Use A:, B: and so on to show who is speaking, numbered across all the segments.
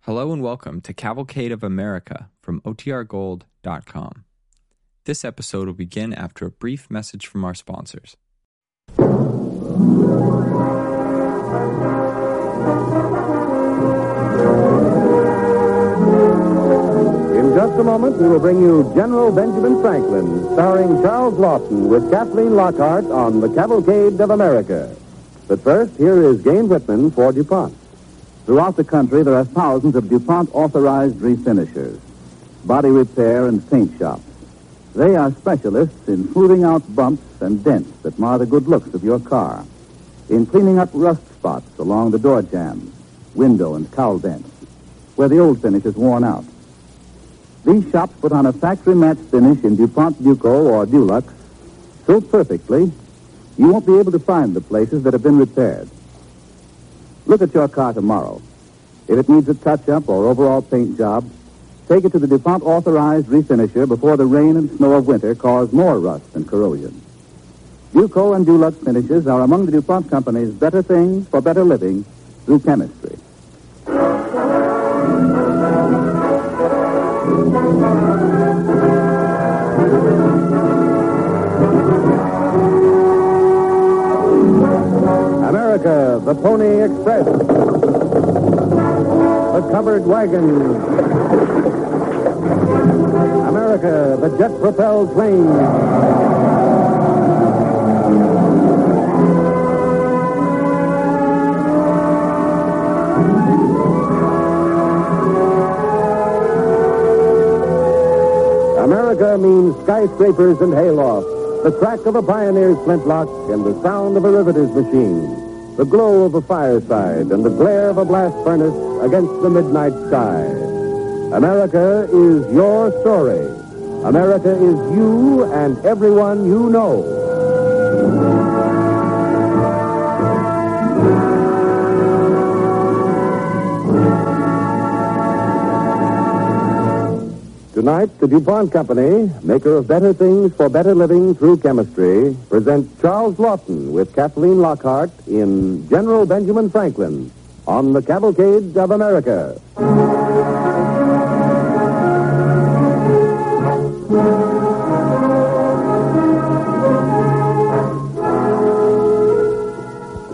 A: Hello and welcome to Cavalcade of America from OTRGold.com. This episode will begin after a brief message from our sponsors.
B: In just a moment, we will bring you General Benjamin Franklin, starring Charles Lawton with Kathleen Lockhart on The Cavalcade of America. But first, here is Gain Whitman for DuPont.
C: Throughout the country, there are thousands of DuPont authorized refinishers, body repair, and paint shops. They are specialists in smoothing out bumps and dents that mar the good looks of your car, in cleaning up rust spots along the door jambs, window and cowl vents, where the old finish is worn out. These shops put on a factory match finish in DuPont Duco or Dulux so perfectly, you won't be able to find the places that have been repaired. Look at your car tomorrow. If it needs a touch up or overall paint job, take it to the DuPont authorized refinisher before the rain and snow of winter cause more rust and corrosion. Duco and Dulux finishes are among the DuPont Company's better things for better living through chemistry.
B: America, the Pony Express. The covered wagon. America, the jet propelled plane. America means skyscrapers and haylofts, the crack of a pioneer's flintlock, and the sound of a riveter's machine, the glow of a fireside, and the glare of a blast furnace against the midnight sky. America is your story. America is you and everyone you know. Tonight, the DuPont Company, maker of better things for better living through chemistry, presents Charles Lawton with Kathleen Lockhart in General Benjamin Franklin on the Cavalcade of America.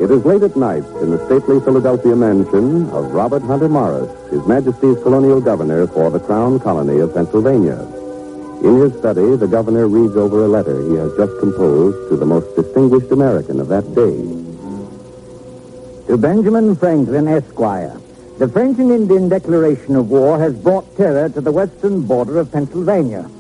B: It is late at night in the stately Philadelphia mansion of Robert Hunter Morris, His Majesty's colonial governor for the Crown Colony of Pennsylvania. In his study, the governor reads over a letter he has just composed to the most distinguished American of that day.
D: To Benjamin Franklin, Esquire. The French and Indian declaration of war has brought terror to the western border of Pennsylvania.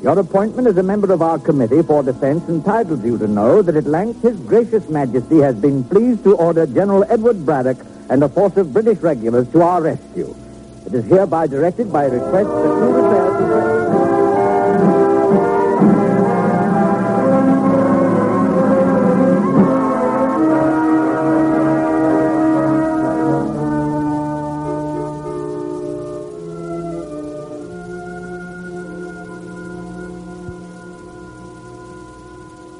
D: Your appointment as a member of our Committee for Defense entitles you to know that at length His Gracious Majesty has been pleased to order General Edward Braddock and a force of British regulars to our rescue. It is hereby directed by request that you prepare to...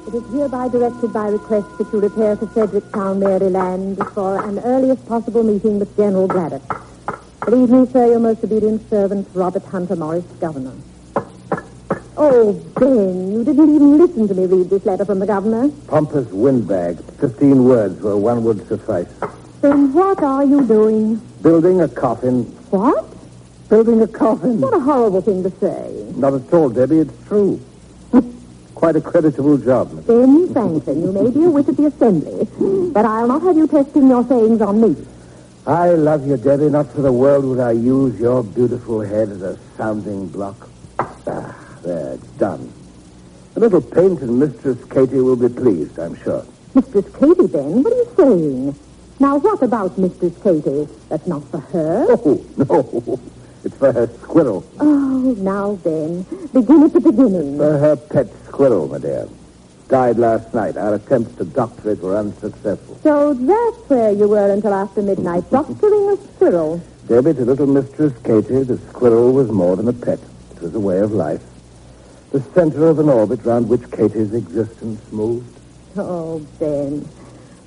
E: It is hereby directed by request that you repair to Fredericktown, Maryland, for an earliest possible meeting with General Braddock. Believe me, sir, your most obedient servant, Robert Hunter Morris, Governor. Oh, Ben, you didn't even listen to me read this letter from the Governor.
C: Pompous windbag, 15 words where one would suffice.
E: Then what are you doing?
C: Building a coffin.
E: What?
C: Building a coffin?
E: What a horrible thing to say.
C: Not at all, Debbie, it's true. Quite a creditable job, Miss.
E: Ben Franklin, you may be a wit at the Assembly, but I'll not have you testing your sayings on me.
C: I love you, Debbie. Not for the world would I use your beautiful head as a sounding block. Ah, there, it's done. The little paint and Mistress Katie will be pleased, I'm sure.
E: Mistress Katie, then? What are you saying? Now, what about Mistress Katie? That's not for her.
C: Oh, no. It's for her squirrel.
E: Oh, now then, begin at the beginning.
C: For her pet squirrel, my dear. Died last night. Our attempts to doctor it were unsuccessful.
E: So that's where you were until after midnight, doctoring a squirrel.
C: Debbie, to little Mistress Katie, the squirrel was more than a pet. It was a way of life. The center of an orbit round which Katie's existence moved.
E: Oh, Ben,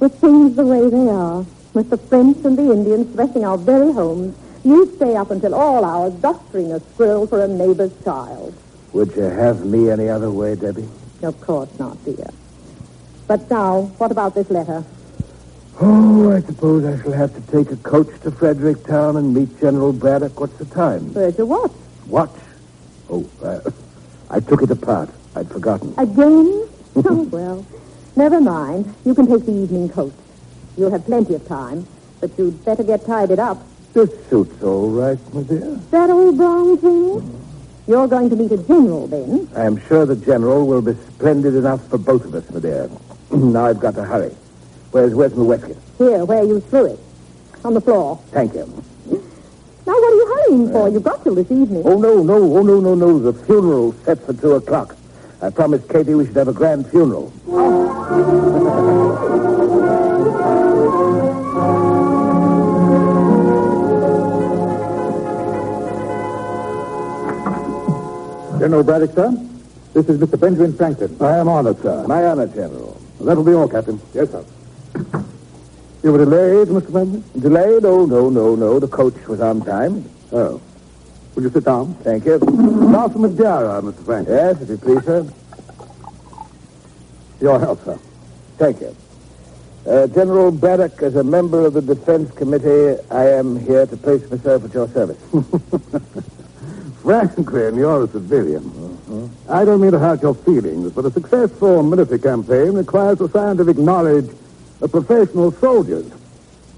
E: with things the way they are, with the French and the Indians threatening our very homes, You stay up until all hours doctoring a squirrel for a neighbor's child.
B: Would you have me any other way, Debbie?
E: Of course not, dear. But now, what about this letter?
B: Oh, I suppose I shall have to take a coach to Fredericktown and meet General Braddock. What's the time?
E: Where's your watch?
B: What? Oh, uh, I took it apart. I'd forgotten.
E: Again? oh, well, never mind. You can take the evening coat. You'll have plenty of time, but you'd better get tidied up.
B: This suit's all right, my dear.
E: That old brown thing? You're going to meet a general, then.
B: I am sure the General will be splendid enough for both of us, my dear. now I've got to hurry. Where's, where's my waistcoat?
E: Here, where you threw it. On the floor.
B: Thank you.
E: Now, what are you hurrying for? You've got till this evening.
B: Oh, no, no, oh, no, no, no. The funeral's set for two o'clock. I promised Katie we should have a grand funeral.
C: General Braddock, sir. This is Mr. Benjamin Franklin.
B: I am honored, sir. My honor, General.
C: That'll be all, Captain.
B: Yes, sir.
C: You were delayed, Mr. Benjamin?
B: Delayed? Oh, no, no, no. The coach was on time.
C: Oh. Would you sit down?
B: Thank you.
C: Glass of Madeira, Mr. Franklin.
B: Yes, if you please, sir.
C: Your health, sir.
B: Thank you. Uh, General Braddock, as a member of the Defense Committee, I am here to place myself at your service.
C: Franklin, you're a civilian.
B: Mm-hmm.
C: I don't mean to hurt your feelings, but a successful military campaign requires the scientific knowledge of professional soldiers.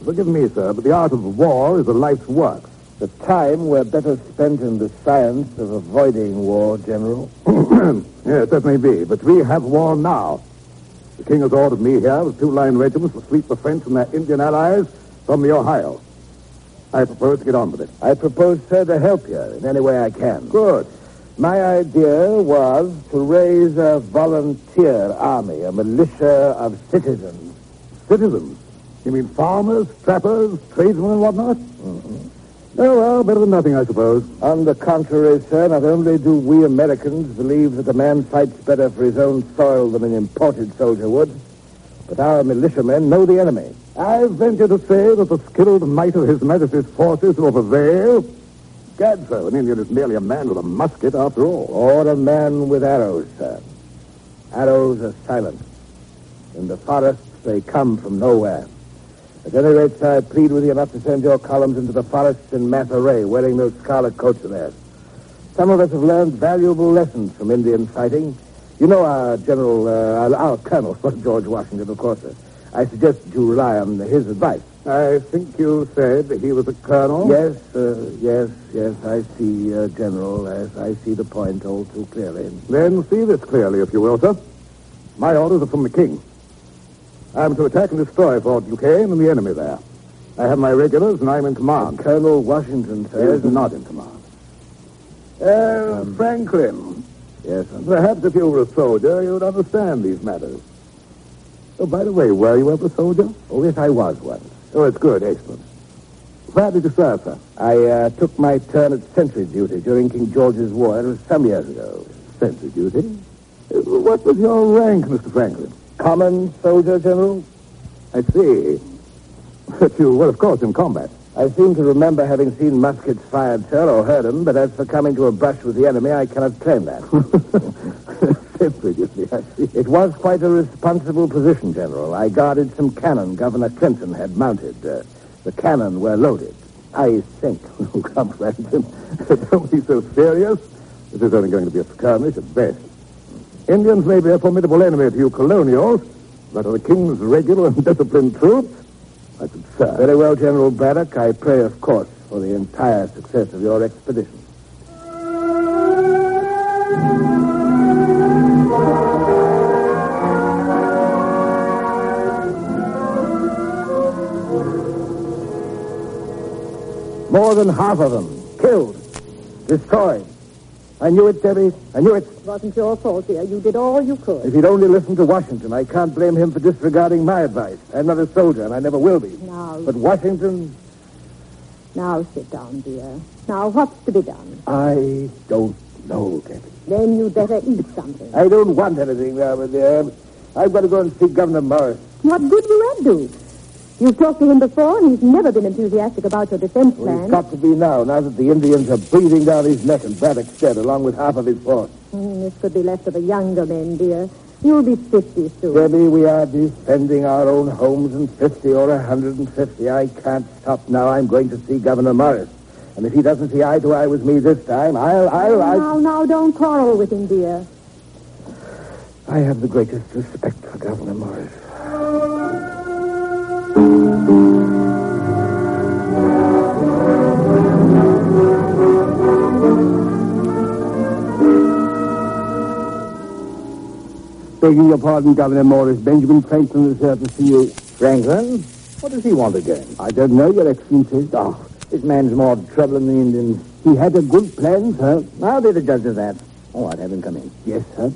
C: Forgive me, sir, but the art of war is a life's work.
B: the time were better spent in the science of avoiding war, General.
C: yes, that may be, but we have war now. The king has ordered me here with two line regiments to sweep the French and their Indian allies from the Ohio. I propose to get on with it.
B: I propose, sir, to help you in any way I can.
C: Good.
B: My idea was to raise a volunteer army, a militia of citizens.
C: Citizens. You mean farmers, trappers, tradesmen, and whatnot? Oh, well, better than nothing, I suppose.
B: Mm-hmm. On the contrary, sir, not only do we Americans believe that a man fights better for his own soil than an imported soldier would, but our militiamen know the enemy.
C: I venture to say that the skilled might of His Majesty's forces will prevail. Gad, sir, an Indian is merely a man with a musket, after all.
B: Or a man with arrows, sir. Arrows are silent. In the forests, they come from nowhere. At any rate, sir, I plead with you not to send your columns into the forests in mass array, wearing those scarlet coats of theirs. Some of us have learned valuable lessons from Indian fighting. You know our general, uh, our- our colonel, George Washington, of course. Sir. I suggest you rely on his advice.
C: I think you said he was a colonel.
B: Yes, uh, yes, yes, I see, uh, General. Yes, I see the point all too clearly.
C: Then see this clearly, if you will, sir. My orders are from the king. I am to attack and destroy Fort Duquesne and the enemy there. I have my regulars, and I'm in command.
B: Colonel Washington,
C: He
B: sir,
C: is not in command. Uh, Franklin,
B: Um, Yes, sir.
C: perhaps if you were a soldier, you would understand these matters. Oh, by the way, were you ever a soldier?
B: Oh, yes, I was one.
C: Oh, it's good, excellent. Where did you serve, sir?
B: I uh, took my turn at sentry duty during King George's War. It was some years ago.
C: Sentry duty. Uh, What was your rank, Mr. Franklin?
B: Common soldier, General?
C: I see. But you were, of course, in combat.
B: I seem to remember having seen muskets fired, sir, or heard them, but as for coming to a brush with the enemy, I cannot claim that.
C: Sentry duty, I see.
B: it was quite a responsible position, General. I guarded some cannon Governor Clinton had mounted. Uh, the cannon were loaded. I sank.
C: Oh, come, Franklin. Don't be so serious. This is only going to be a skirmish at best. Indians may be a formidable enemy to you colonials, but to the king's regular and disciplined troops, that's absurd.
B: Very well, General Braddock. I pray, of course, for the entire success of your expedition. More than half of them killed, destroyed. I knew it, Debbie. I knew it.
E: It wasn't your fault, dear. You did all you could.
B: If he'd only listened to Washington, I can't blame him for disregarding my advice. I'm not a soldier, and I never will be.
E: Now,
B: But Washington,
E: now sit down, dear. Now, what's to be done?
B: I don't know, Debbie.
E: Then you'd better eat something.
B: I don't want anything now, my dear. I've got to go and see Governor Morris.
E: What good will that do? You've talked to him before, and he's never been enthusiastic about your defense
B: Well,
E: plan.
B: he's got to be now, now that the Indians are breathing down his neck and Braddock's dead, along with half of his force.
E: Hmm, this could be left to the younger men, dear. You'll be 50 soon.
B: Debbie, we are defending our own homes in 50 or 150. I can't stop now. I'm going to see Governor Morris. And if he doesn't see eye to eye with me this time, I'll, I'll, I'll...
E: Now, now, don't quarrel with him, dear.
B: I have the greatest respect for Governor Morris. Begging your pardon, Governor Morris, Benjamin Franklin is here to see you.
D: Franklin,
B: What does he want again? I don't know, Your Excellency. Oh,
D: this man's more trouble than the Indians.
B: he had a good plan, sir.
D: I'll be the judge of that. Oh, I'd have him come in.
B: Yes, sir.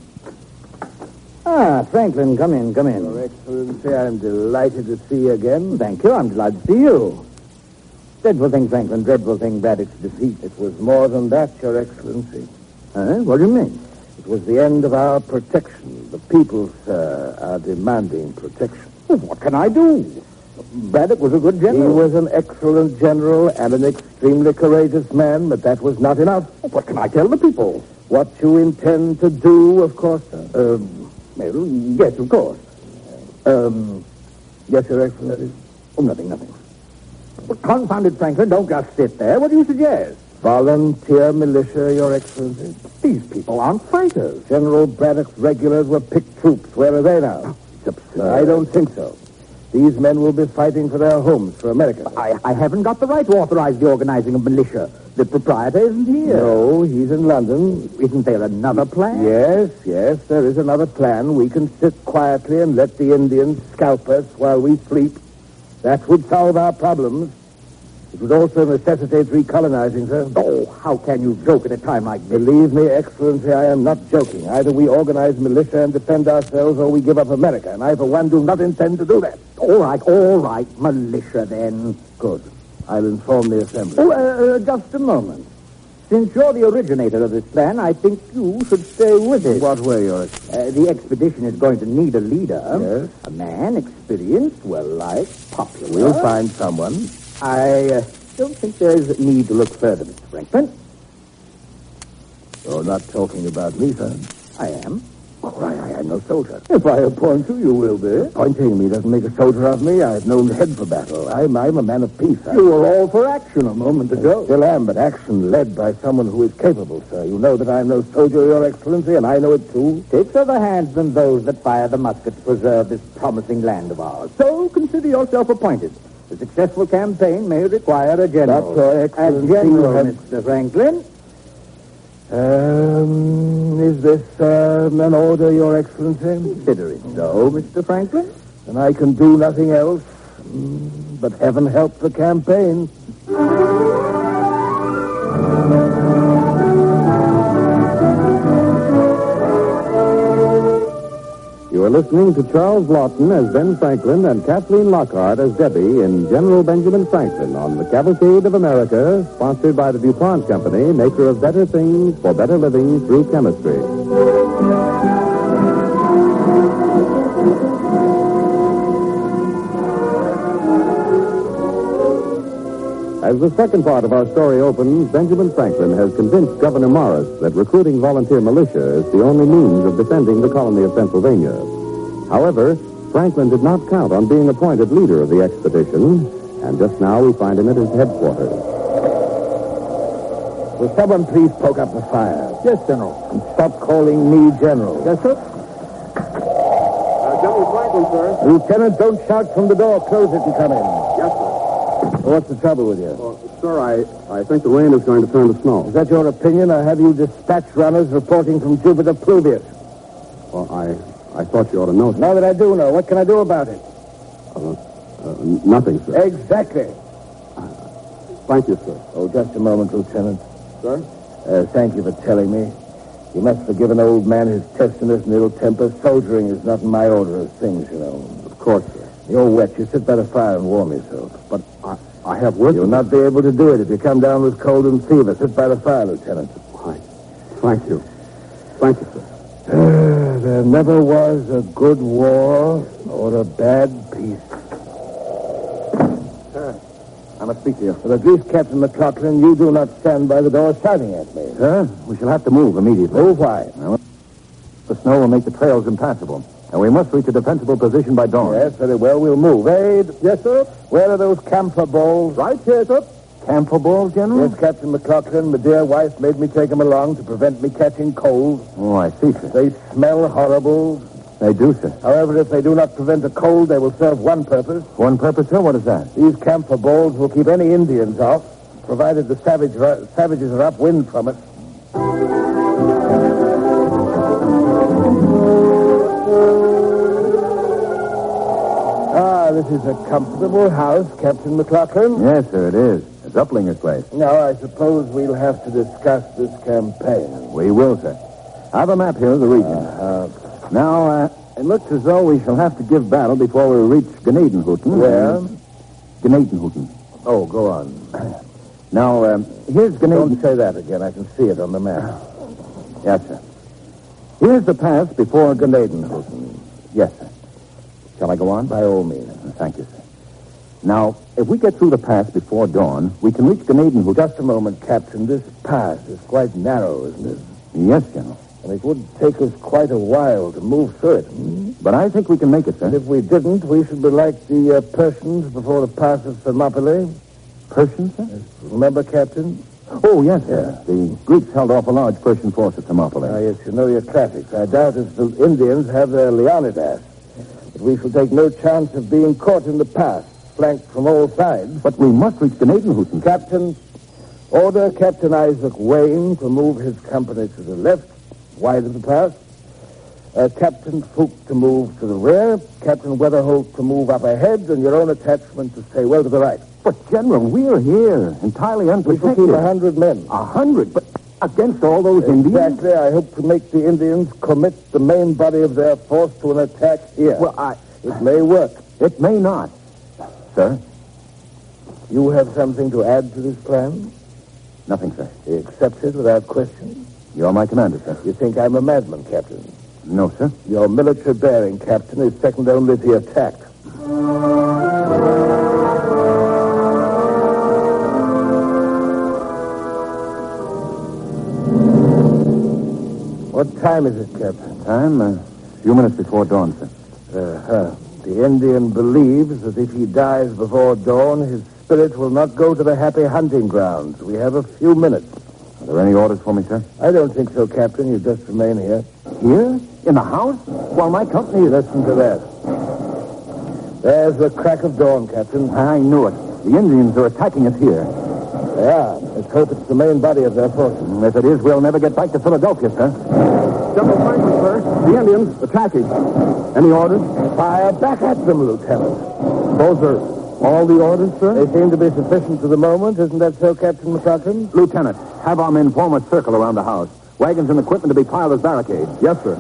D: Ah, Franklin, come in, come in.
B: Your Excellency, I'm delighted to see you again.
D: Thank you. I'm glad to see you. Dreadful thing, Franklin. Dreadful thing, Braddock's defeat.
B: It was more than that, Your Excellency.
D: Huh? What do you mean?
B: It was the end of our protection. The people, sir, are demanding protection.
D: Well, what can I do? Braddock was a good
B: He
D: general.
B: was an excellent general and an extremely courageous man, but that was not enough.
D: What can I tell the people?
B: What you intend to do, of course, sir.
D: Um, well, yes, of course. Um,
B: Yes, Your Excellency.
D: oh, nothing, nothing. Well, confound it, Franklin. Don't just sit there. What do you suggest?
B: Volunteer militia, Your Excellency.
D: These people aren't fighters.
B: General Braddock's regulars were picked troops. Where are they now?
D: It's absurd.
B: I don't think so. These men will be fighting for their homes, for America.
D: I, I haven't got the right to authorize the organizing of militia. The proprietor isn't here.
B: No, he's in London.
D: Isn't there another plan?
B: Yes, yes, there is another plan. We can sit quietly and let the Indians scalp us while we sleep. That would solve our problems. It would also necessitate recolonizing, sir.
D: Oh, how can you joke at a time like this?
B: Believe me, Excellency, I am not joking. Either we organize militia and defend ourselves, or we give up America. And I, for one, do not intend to do that.
D: All right, all right, militia then.
B: Good. I'll inform the Assembly.
D: Oh, uh, uh, just a moment. Since you're the originator of this plan, I think you should stay with it.
B: What way, Your Excellency?
D: Uh, the expedition is going to need a leader.
B: Yes?
D: A man experienced, well-liked, popular.
B: We'll find someone.
D: I uh, don't think there's need to look further, Mr. Franklin.
B: You're not talking about me, sir.
D: I am.
B: Oh, I, I am no soldier. If I appoint you, you will be. Appointing me doesn't make a soldier of me. I have no head for battle. I'm, I'm a man of peace. I
D: You were all for action a moment
B: I
D: ago.
B: still am, but action led by someone who is capable, sir. You know that I'm no soldier, Your Excellency, and I know it too.
D: Takes other hands than those that fire the musket to preserve this promising land of ours. So consider yourself appointed. A successful campaign may require a general.
B: But, Your
D: a
B: Excellency,
D: general,
B: you have-
D: Mr. Franklin.
B: Um, is this um, an order, Your Excellency?
D: Consider it so, Mr. Franklin.
B: And I can do nothing else. Mm, But heaven help the campaign.
C: You are listening to Charles Lawton as Ben Franklin and Kathleen Lockhart as Debbie in General Benjamin Franklin on The Cavalcade of America, sponsored by the DuPont Company, maker of better things for better living through chemistry. As the second part of our story opens, Benjamin Franklin has convinced Governor Morris that recruiting volunteer militia is the only means of defending the colony of Pennsylvania. However, Franklin did not count on being appointed leader of the expedition, and just now we find him at his headquarters.
B: Will someone please poke up the fire?
D: Yes, General.
B: And stop calling me General.
D: Yes, sir.
C: Uh, General Franklin, sir.
B: Lieutenant, don't shout from the door. Close it and come in.
C: Yes, sir.
B: What's the trouble with you?
C: sir, I, I think the rain is going to turn to
B: Is
C: snow.
B: that your opinion, or have you dispatch runners reporting from Jupiter Pluvius?
C: Well, I, I thought you ought to know, Uh,
B: Now that I do know, what can I do about it?
C: nothing, sir. Uh,
B: Exactly.
C: Thank you, sir.
B: Oh, just a moment, Lieutenant.
C: Sir?
B: Uh, thank you for telling me. You must forgive an old man his testiness and ill temper. Soldiering is not in my order of things, you know.
C: Of course, sir.
B: You're wet. You sit by the fire and warm yourself. But
C: I, I have work.
B: you'll not be able to do it if you come down with cold and fever. Sit by the fire, Lieutenant.
C: Why, thank you. Thank you, sir.
B: Uh, there never was a good war or a bad peace.
C: must speak to you.
B: Well, at least, Captain McLaughlin, you do not stand by the door shouting at me.
C: Sir, we shall have to move immediately.
B: Oh, why?
C: The snow will make the trails impassable, and we must reach a defensible position by dawn.
B: Yes, very well. We'll move. Aid. Yes, sir. Where are those camphor bowls? Right here, sir.
C: Camphor balls, General?
B: Yes, Captain McLaughlin, my dear wife made me take them along to prevent me catching cold.
C: Oh, I see, sir.
B: They smell horrible.
C: They do, sir.
B: However, if they do not prevent a cold, they will serve one purpose.
C: One purpose, sir? What is that?
B: These camphor bowls will keep any Indians off, provided the savage savages are upwind from it. Ah, this is a comfortable house, Captain McLaughlin.
C: Yes, sir, it is. It's Uplinger's place.
B: Now, I suppose we'll have to discuss this campaign. Ah,
C: We will, sir. I have a map here of the region. now, uh, it looks as though we shall have to give battle before we reach Gnadenhuten.
B: Where?
C: Gnadenhuten.
B: Oh, go on.
C: Now, um, here's Gnaden...
B: Don't say that again. I can see it on the map.
C: Yes, sir. Here's the pass before Gnadenhuten. Yes, sir. Shall I go on?
B: By all means.
C: Thank you, sir. Now, if we get through the pass before dawn, we can reach Gnadenhuten.
B: Just a moment, Captain. This pass is quite narrow, isn't it?
C: Yes, General.
B: And it would take us quite a while to move through it.
C: But I think we can make it,
B: And
C: sir.
B: if we didn't, we should be like the uh, Persians before the pass of Thermopylae.
C: Persian, sir?
B: Remember, Captain?
C: Oh, yes, sir. The Greeks held off a large Persian force at Thermopylae.
B: Ah, yes, you know your classics. I doubt if the Indians have their Leonidas. But we shall take no chance of being caught in the pass, flanked from all sides.
C: But we must reach Gnadenhuten.
B: Captain, order Captain Isaac Wayne to move his company to the left, wide of the pass. Uh, Captain Fouke to move to the rear. Captain Weatherholt to move up ahead, and your own attachment to stay well to the right.
C: But, General, we're here, entirely
B: We shall keep a hundred men.
C: A hundred, but against all those Indians?
B: Exactly. I hope to make the Indians commit the main body of their force to an attack here.
C: Well, I,
B: it may work.
C: it may not, sir.
B: You have something to add to this plan?
C: Nothing, sir.
B: He accepts it without question.
C: You're my commander, sir.
B: You think I'm a madman, Captain?
C: No, sir.
B: Your military bearing, Captain, is second only to the attack. What time is it, Captain?
C: Time uh, a few minutes before dawn, sir.
B: Uh-huh. The Indian believes that if he dies before dawn, his spirit will not go to the happy hunting grounds. We have a few minutes.
C: Are there any orders for me, sir?
B: I don't think so, Captain. You just remain here.
C: Here? In the house? While my company is...
B: Listen to that. There's the crack of dawn, Captain.
C: I knew it. The Indians are attacking us here.
B: They are. Let's hope it's the main body of their forces.
C: And Mm, If it is, we'll never get back to Philadelphia, sir. Double flanking, sir. The Indians attacking. Any orders?
B: Fire back at them, Lieutenant.
C: Those are all the orders, sir?
B: They seem to be sufficient for the moment. Isn't that so, Captain McLaughlin?
C: Lieutenant, have our men form a circle around the house. Wagons and equipment to be piled as barricades. Yes, sir.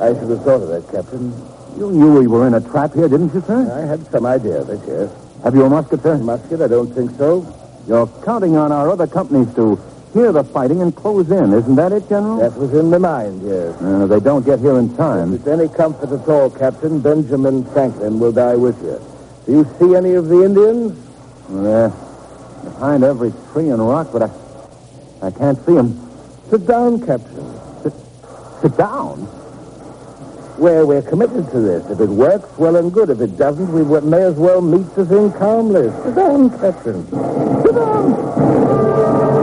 B: I should have thought of that, Captain.
C: You knew we were in a trap here, didn't you, sir?
B: I had some idea of it, yes.
C: Have you a musket, sir?
B: Musket, I don't think so.
C: You're counting on our other companies to hear the fighting and close in. Isn't that it, General?
B: That was in my mind, yes.
C: Uh, they don't get here in
B: If
C: time.
B: it's any comfort at all, Captain, Benjamin Franklin will die with you. Do you see any of the Indians?
C: Uh, behind every tree and rock, but I, I can't see them.
B: Sit down, Captain.
C: Sit down.
B: Where we're committed to this. If it works, well and good. If it doesn't, we w- may as well meet the thing calmly. Sit down, Captain. Sit down.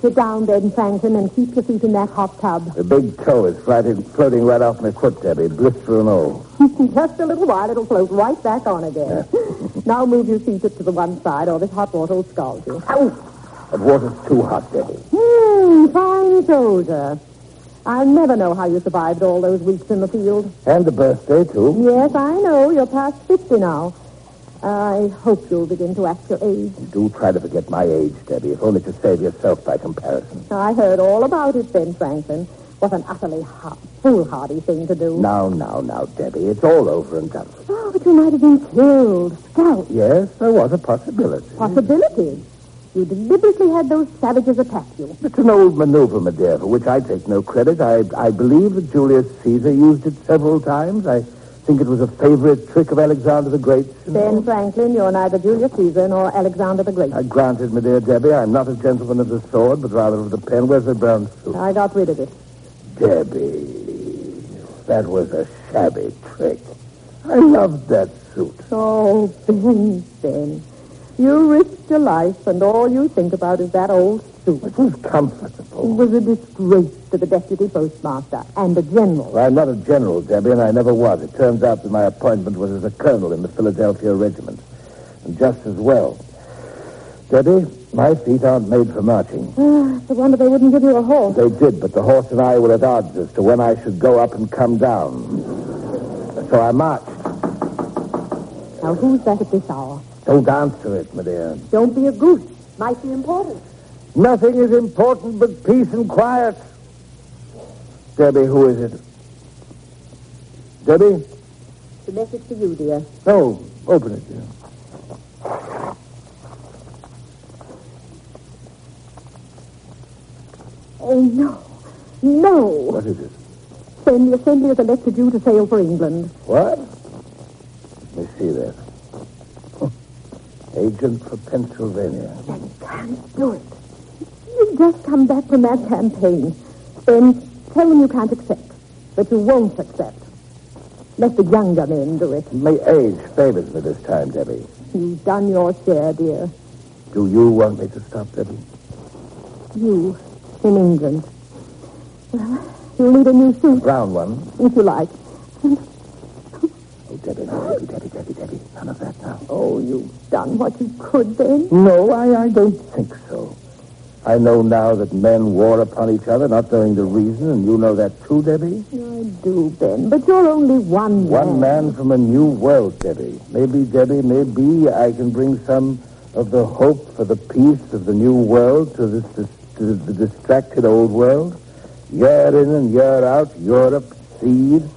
E: Sit down, Ben Franklin, and keep your feet in that hot tub.
B: The big toe is floating, floating right off my foot, Debbie, blister and all.
E: Just a little while, it'll float right back on again. now move your feet up to the one side, or this hot water will scald you.
B: That water's too hot, Debbie.
E: Hmm, fine soldier. I'll never know how you survived all those weeks in the field.
B: And the birthday, too.
E: Yes, I know. You're past 50 now. I hope you'll begin to act your age.
B: Do try to forget my age, Debbie, if only to save yourself by comparison.
E: I heard all about it, Ben Franklin. What an utterly ha- foolhardy thing to do.
B: Now, now, now, Debbie, it's all over and done with.
E: Oh, but that you might have been killed, scalped.
B: Yes, there was a possibility.
E: Possibility. You deliberately had those savages attack you.
B: It's an old maneuver, my dear, for which I take no credit. I, I believe that Julius Caesar used it several times. I think it was a favorite trick of Alexander the Great. you know.
E: Ben Franklin, you're neither Julius Caesar nor Alexander the Great.
B: Uh, granted, my dear Debbie, I'm not a gentleman of the sword, but rather of the pen. Where's the brown suit?
E: I got rid of it.
B: Debbie, that was a shabby trick. I loved that suit.
E: Oh, Ben, Ben. You risked your life, and all you think about is that old suit.
B: It was
E: It
B: comfortable.
E: was a disgrace to the deputy postmaster and the general.
B: I'm not a general, Debbie, and I never was. It turns out that my appointment was as a colonel in the Philadelphia regiment. And just as well. Debbie, my feet aren't made for marching.
E: It's a wonder they wouldn't give you a horse.
B: They did, but the horse and I were at odds as to when I should go up and come down. So I marched.
E: Now, who's that at this hour?
B: Don't answer it, my dear.
E: Don't be a goose. Might be important.
B: Nothing is important but peace and quiet. Debbie, who is it? Debbie?
E: The message to you, dear.
B: No, open it, dear.
E: Oh, no. No.
B: What is it?
E: Then the assembly has elected you to sail for England.
B: What? Let me see that. Agent for Pennsylvania.
E: You can't do it. You've just come back from that campaign. Then tell them you can't accept, that you won't accept. Let the younger men do it.
B: My age favors me this time, Debbie.
E: You've done your share, dear.
B: Do you want me to stop, Debbie?
E: You, in England. Well, you'll need a new suit,
B: Brown one.
E: if you like.
B: Oh, Debbie, no, Debbie, Debbie, Debbie, Debbie. None of that now.
E: Oh, you've done what you could then.
B: No, I, I don't think so. I know now that men war upon each other, not knowing the reason, and you know that too, Debbie.
E: I do, Ben, but you're only one
B: One man from a new world, Debbie. Maybe, Debbie, maybe I can bring some of the hope for the peace of the new world to this, this to the distracted old world. Year in and year out, Europe seethes.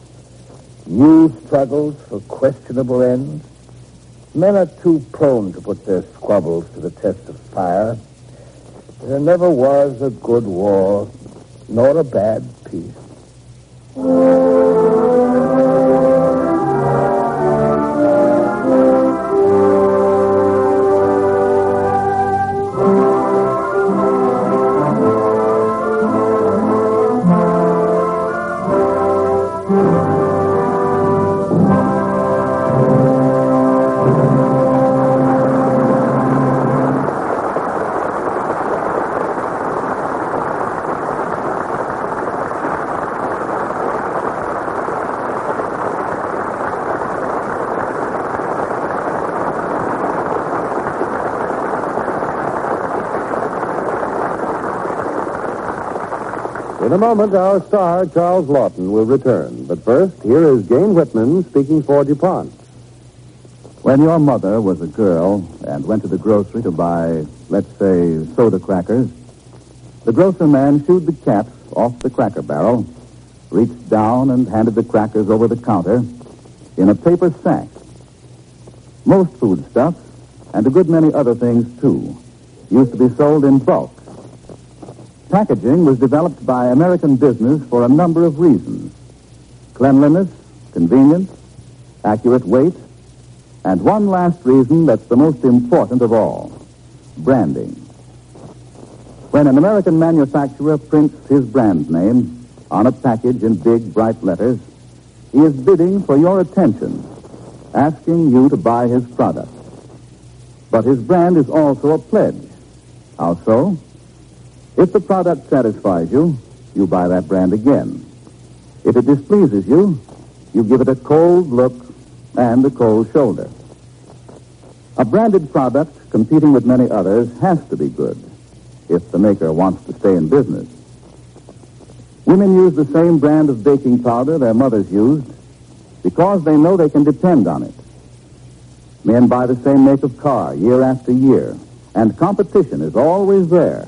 B: New struggles for questionable ends. Men are too prone to put their squabbles to the test of fire. There never was a good war, nor a bad peace.
F: In a moment, our star, Charles Lawton, will return. But first, here is Jane Whitman speaking for DuPont.
C: When your mother was a girl and went to the grocery to buy, let's say, soda crackers, the grocer man shooed the cap off the cracker barrel, reached down and handed the crackers over the counter in a paper sack. Most foodstuffs, and a good many other things too, used to be sold in bulk. Packaging was developed by American business for a number of reasons cleanliness, convenience, accurate weight, and one last reason that's the most important of all branding. When an American manufacturer prints his brand name on a package in big, bright letters, he is bidding for your attention, asking you to buy his product. But his brand is also a pledge. How so? If the product satisfies you, you buy that brand again. If it displeases you, you give it a cold look and a cold shoulder. A branded product competing with many others has to be good if the maker wants to stay in business. Women use the same brand of baking powder their mothers used because they know they can depend on it. Men buy the same make of car year after year, and competition is always there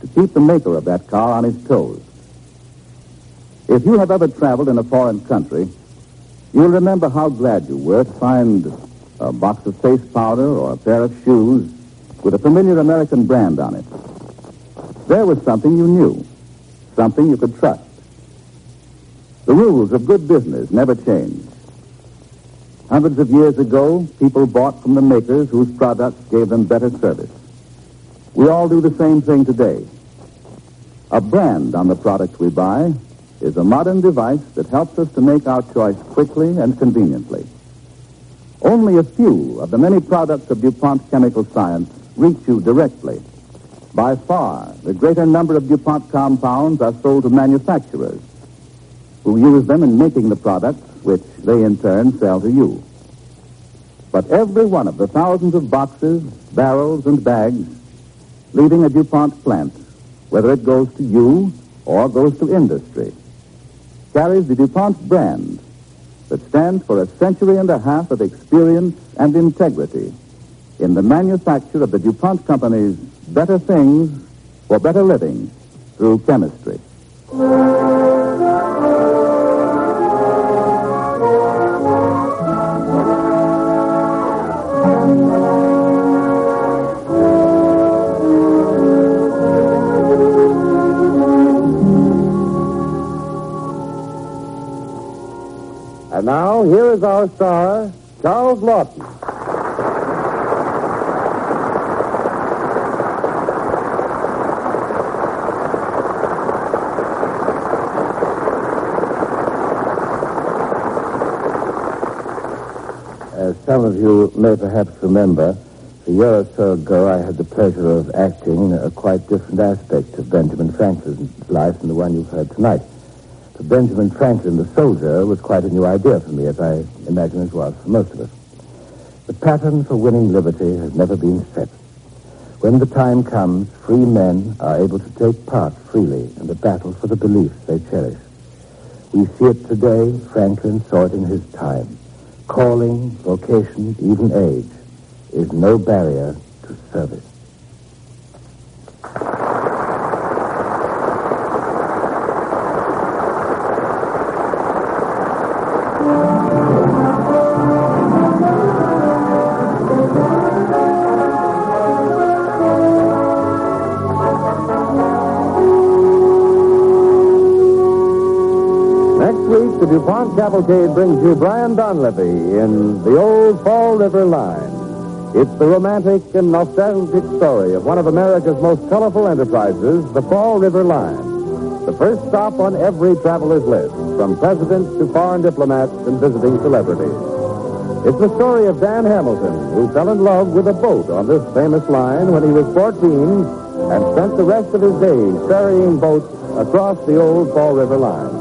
C: to keep the maker of that car on his toes. If you have ever traveled in a foreign country,
B: You'll remember how glad you were to find a box of face powder or a pair of shoes with a familiar American brand on it. There was something you knew, something you could trust. The rules of good business never change. Hundreds of years ago, people bought from the makers whose products gave them better service. We all do the same thing today. A brand on the product we buy is a modern device that helps us to make our choice quickly and conveniently. Only a few of the many products of DuPont Chemical Science reach you directly. By far, the greater number of DuPont compounds are sold to manufacturers who use them in making the products which they in turn sell to you. But every one of the thousands of boxes, barrels, and bags leaving a DuPont plant, whether it goes to you or goes to industry, carries the DuPont brand that stands for a century and a half of experience and integrity in the manufacture of the DuPont Company's better things for better living through chemistry.
C: And now, here is our star, Charles Lawton. As some of you may perhaps remember, a year or so ago, I had the pleasure of acting a quite different aspect of Benjamin Franklin's life than the one you've heard tonight. But Benjamin Franklin, the soldier, was quite a new idea for me, as I imagine it was for most of us. The pattern for winning liberty has never been set. When the time comes, free men are able to take part freely in the battle for the beliefs they cherish. We see it today. Franklin saw it in his time. Calling, vocation, even age is no barrier to service. Next week, the DuPont Cavalcade brings you Brian Donlevy in The Old Fall River Line. It's the romantic and nostalgic story of one of America's most colorful enterprises, the Fall River Line. The first stop on every traveler's list, from presidents to foreign diplomats and visiting celebrities. It's the story of Dan Hamilton, who fell in love with a boat on this famous line when he was 14 and spent the rest of his days ferrying boats across the old Fall River Line.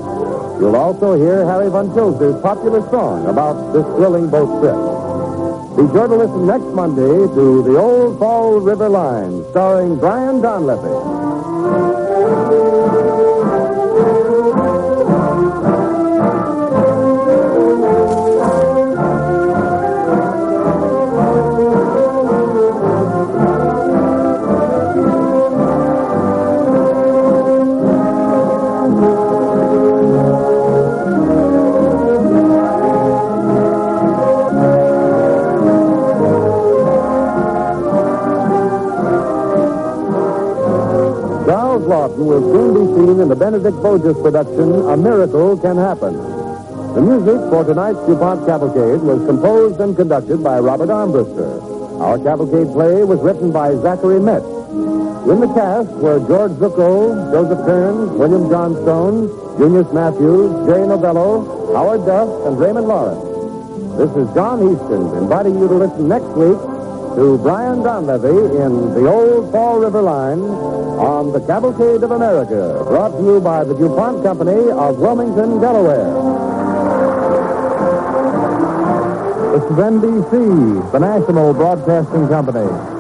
C: You'll also hear Harry Von Tilzer's popular song about this thrilling boat trip. Be sure to listen next Monday to The Old Fall River Line, starring Brian Donlevy. Charles Lawton will soon be seen in the Benedict Bogus production, A Miracle Can Happen. The music for tonight's DuPont Cavalcade was composed and conducted by Robert Armbruster. Our cavalcade play was written by Zachary Metz. In the cast were George Zucco, Joseph Kearns, William Johnstone, Junius Matthews, Jay Novello, Howard Duff, and Raymond Lawrence. This is John Easton inviting you to listen next week to Brian Donlevy in The Old Fall River Line on the Cavalcade of America, brought to you by the DuPont Company of Wilmington, Delaware. This is NBC, the national broadcasting company.